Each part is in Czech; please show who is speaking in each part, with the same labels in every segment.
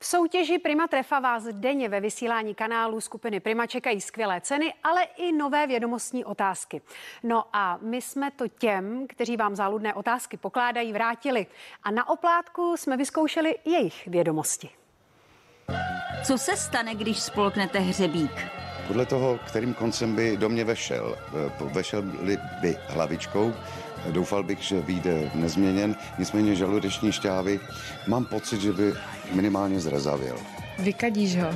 Speaker 1: V soutěži Prima Trefa vás denně ve vysílání kanálu skupiny Prima čekají skvělé ceny, ale i nové vědomostní otázky. No a my jsme to těm, kteří vám záludné otázky pokládají, vrátili. A na oplátku jsme vyzkoušeli jejich vědomosti.
Speaker 2: Co se stane, když spolknete hřebík?
Speaker 3: Podle toho, kterým koncem by do mě vešel, eh, po- vešel by- by hlavičkou, doufal bych, že vyjde nezměněn, nicméně žaludeční šťávy mám pocit, že by minimálně zrezavěl.
Speaker 4: Vykadíš ho.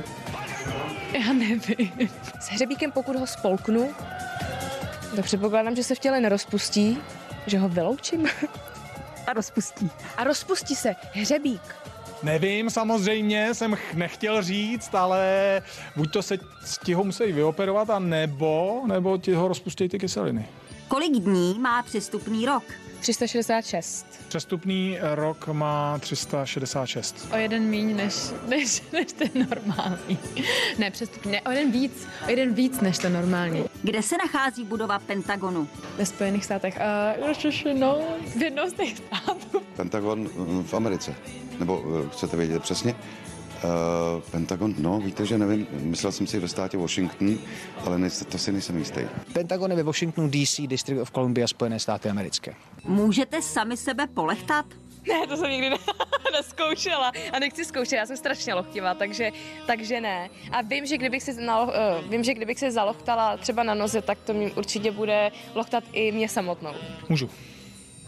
Speaker 4: Já nevím. S hřebíkem, pokud ho spolknu, to předpokládám, že se v těle nerozpustí, že ho vyloučím.
Speaker 2: A rozpustí.
Speaker 4: A rozpustí se hřebík.
Speaker 5: Nevím, samozřejmě jsem ch- nechtěl říct, ale buď to se ti ho musí vyoperovat, a nebo, nebo ti ho rozpustějí ty kyseliny.
Speaker 2: Kolik dní má přestupný rok?
Speaker 4: 366.
Speaker 5: Přestupný rok má 366.
Speaker 6: o jeden míň než, než, než ten normální. Ne, přestupně, ne, o jeden víc, o jeden víc než ten normální.
Speaker 2: Kde se nachází budova Pentagonu?
Speaker 6: Ve Spojených státech. A uh, no, v jednou z těch států.
Speaker 3: Pentagon mm, v Americe. Nebo eh, chcete vědět přesně? Uh, Pentagon, no, víte, že nevím, myslel jsem si ve státě Washington, ale nejste, to si nejsem jistý.
Speaker 7: Pentagon je ve Washingtonu DC, District of Columbia, Spojené státy americké.
Speaker 2: Můžete sami sebe polechtat?
Speaker 4: Ne, to jsem nikdy ne- neskoušela a nechci zkoušet, já jsem strašně lochtivá, takže, takže ne. A vím, že kdybych se, na, vím, že kdybych se zalochtala třeba na noze, tak to mě určitě bude lochtat i mě samotnou.
Speaker 5: Můžu.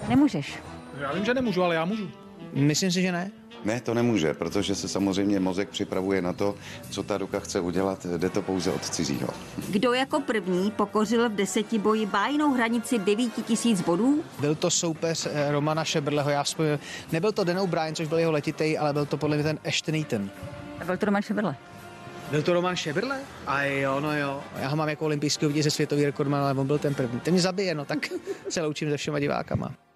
Speaker 2: Nemůžeš.
Speaker 5: Já vím, že nemůžu, ale já můžu.
Speaker 7: Myslím si, že ne.
Speaker 3: Ne, to nemůže, protože se samozřejmě mozek připravuje na to, co ta ruka chce udělat, jde to pouze od cizího.
Speaker 2: Kdo jako první pokořil v deseti boji bájnou hranici 9000 bodů?
Speaker 7: Byl to soupeř eh, Romana Šebrleho, já vzpomínám. Nebyl to Dan O'Brien, což byl jeho letitej, ale byl to podle mě ten Ashton Eaton.
Speaker 2: Byl to Roman Šebrle.
Speaker 7: Byl to Roman Šebrle? A jo, no jo. Já ho mám jako olympijský vítěz ze světový rekordman, ale on byl ten první. Ten mě zabije, no tak se loučím se všema divákama.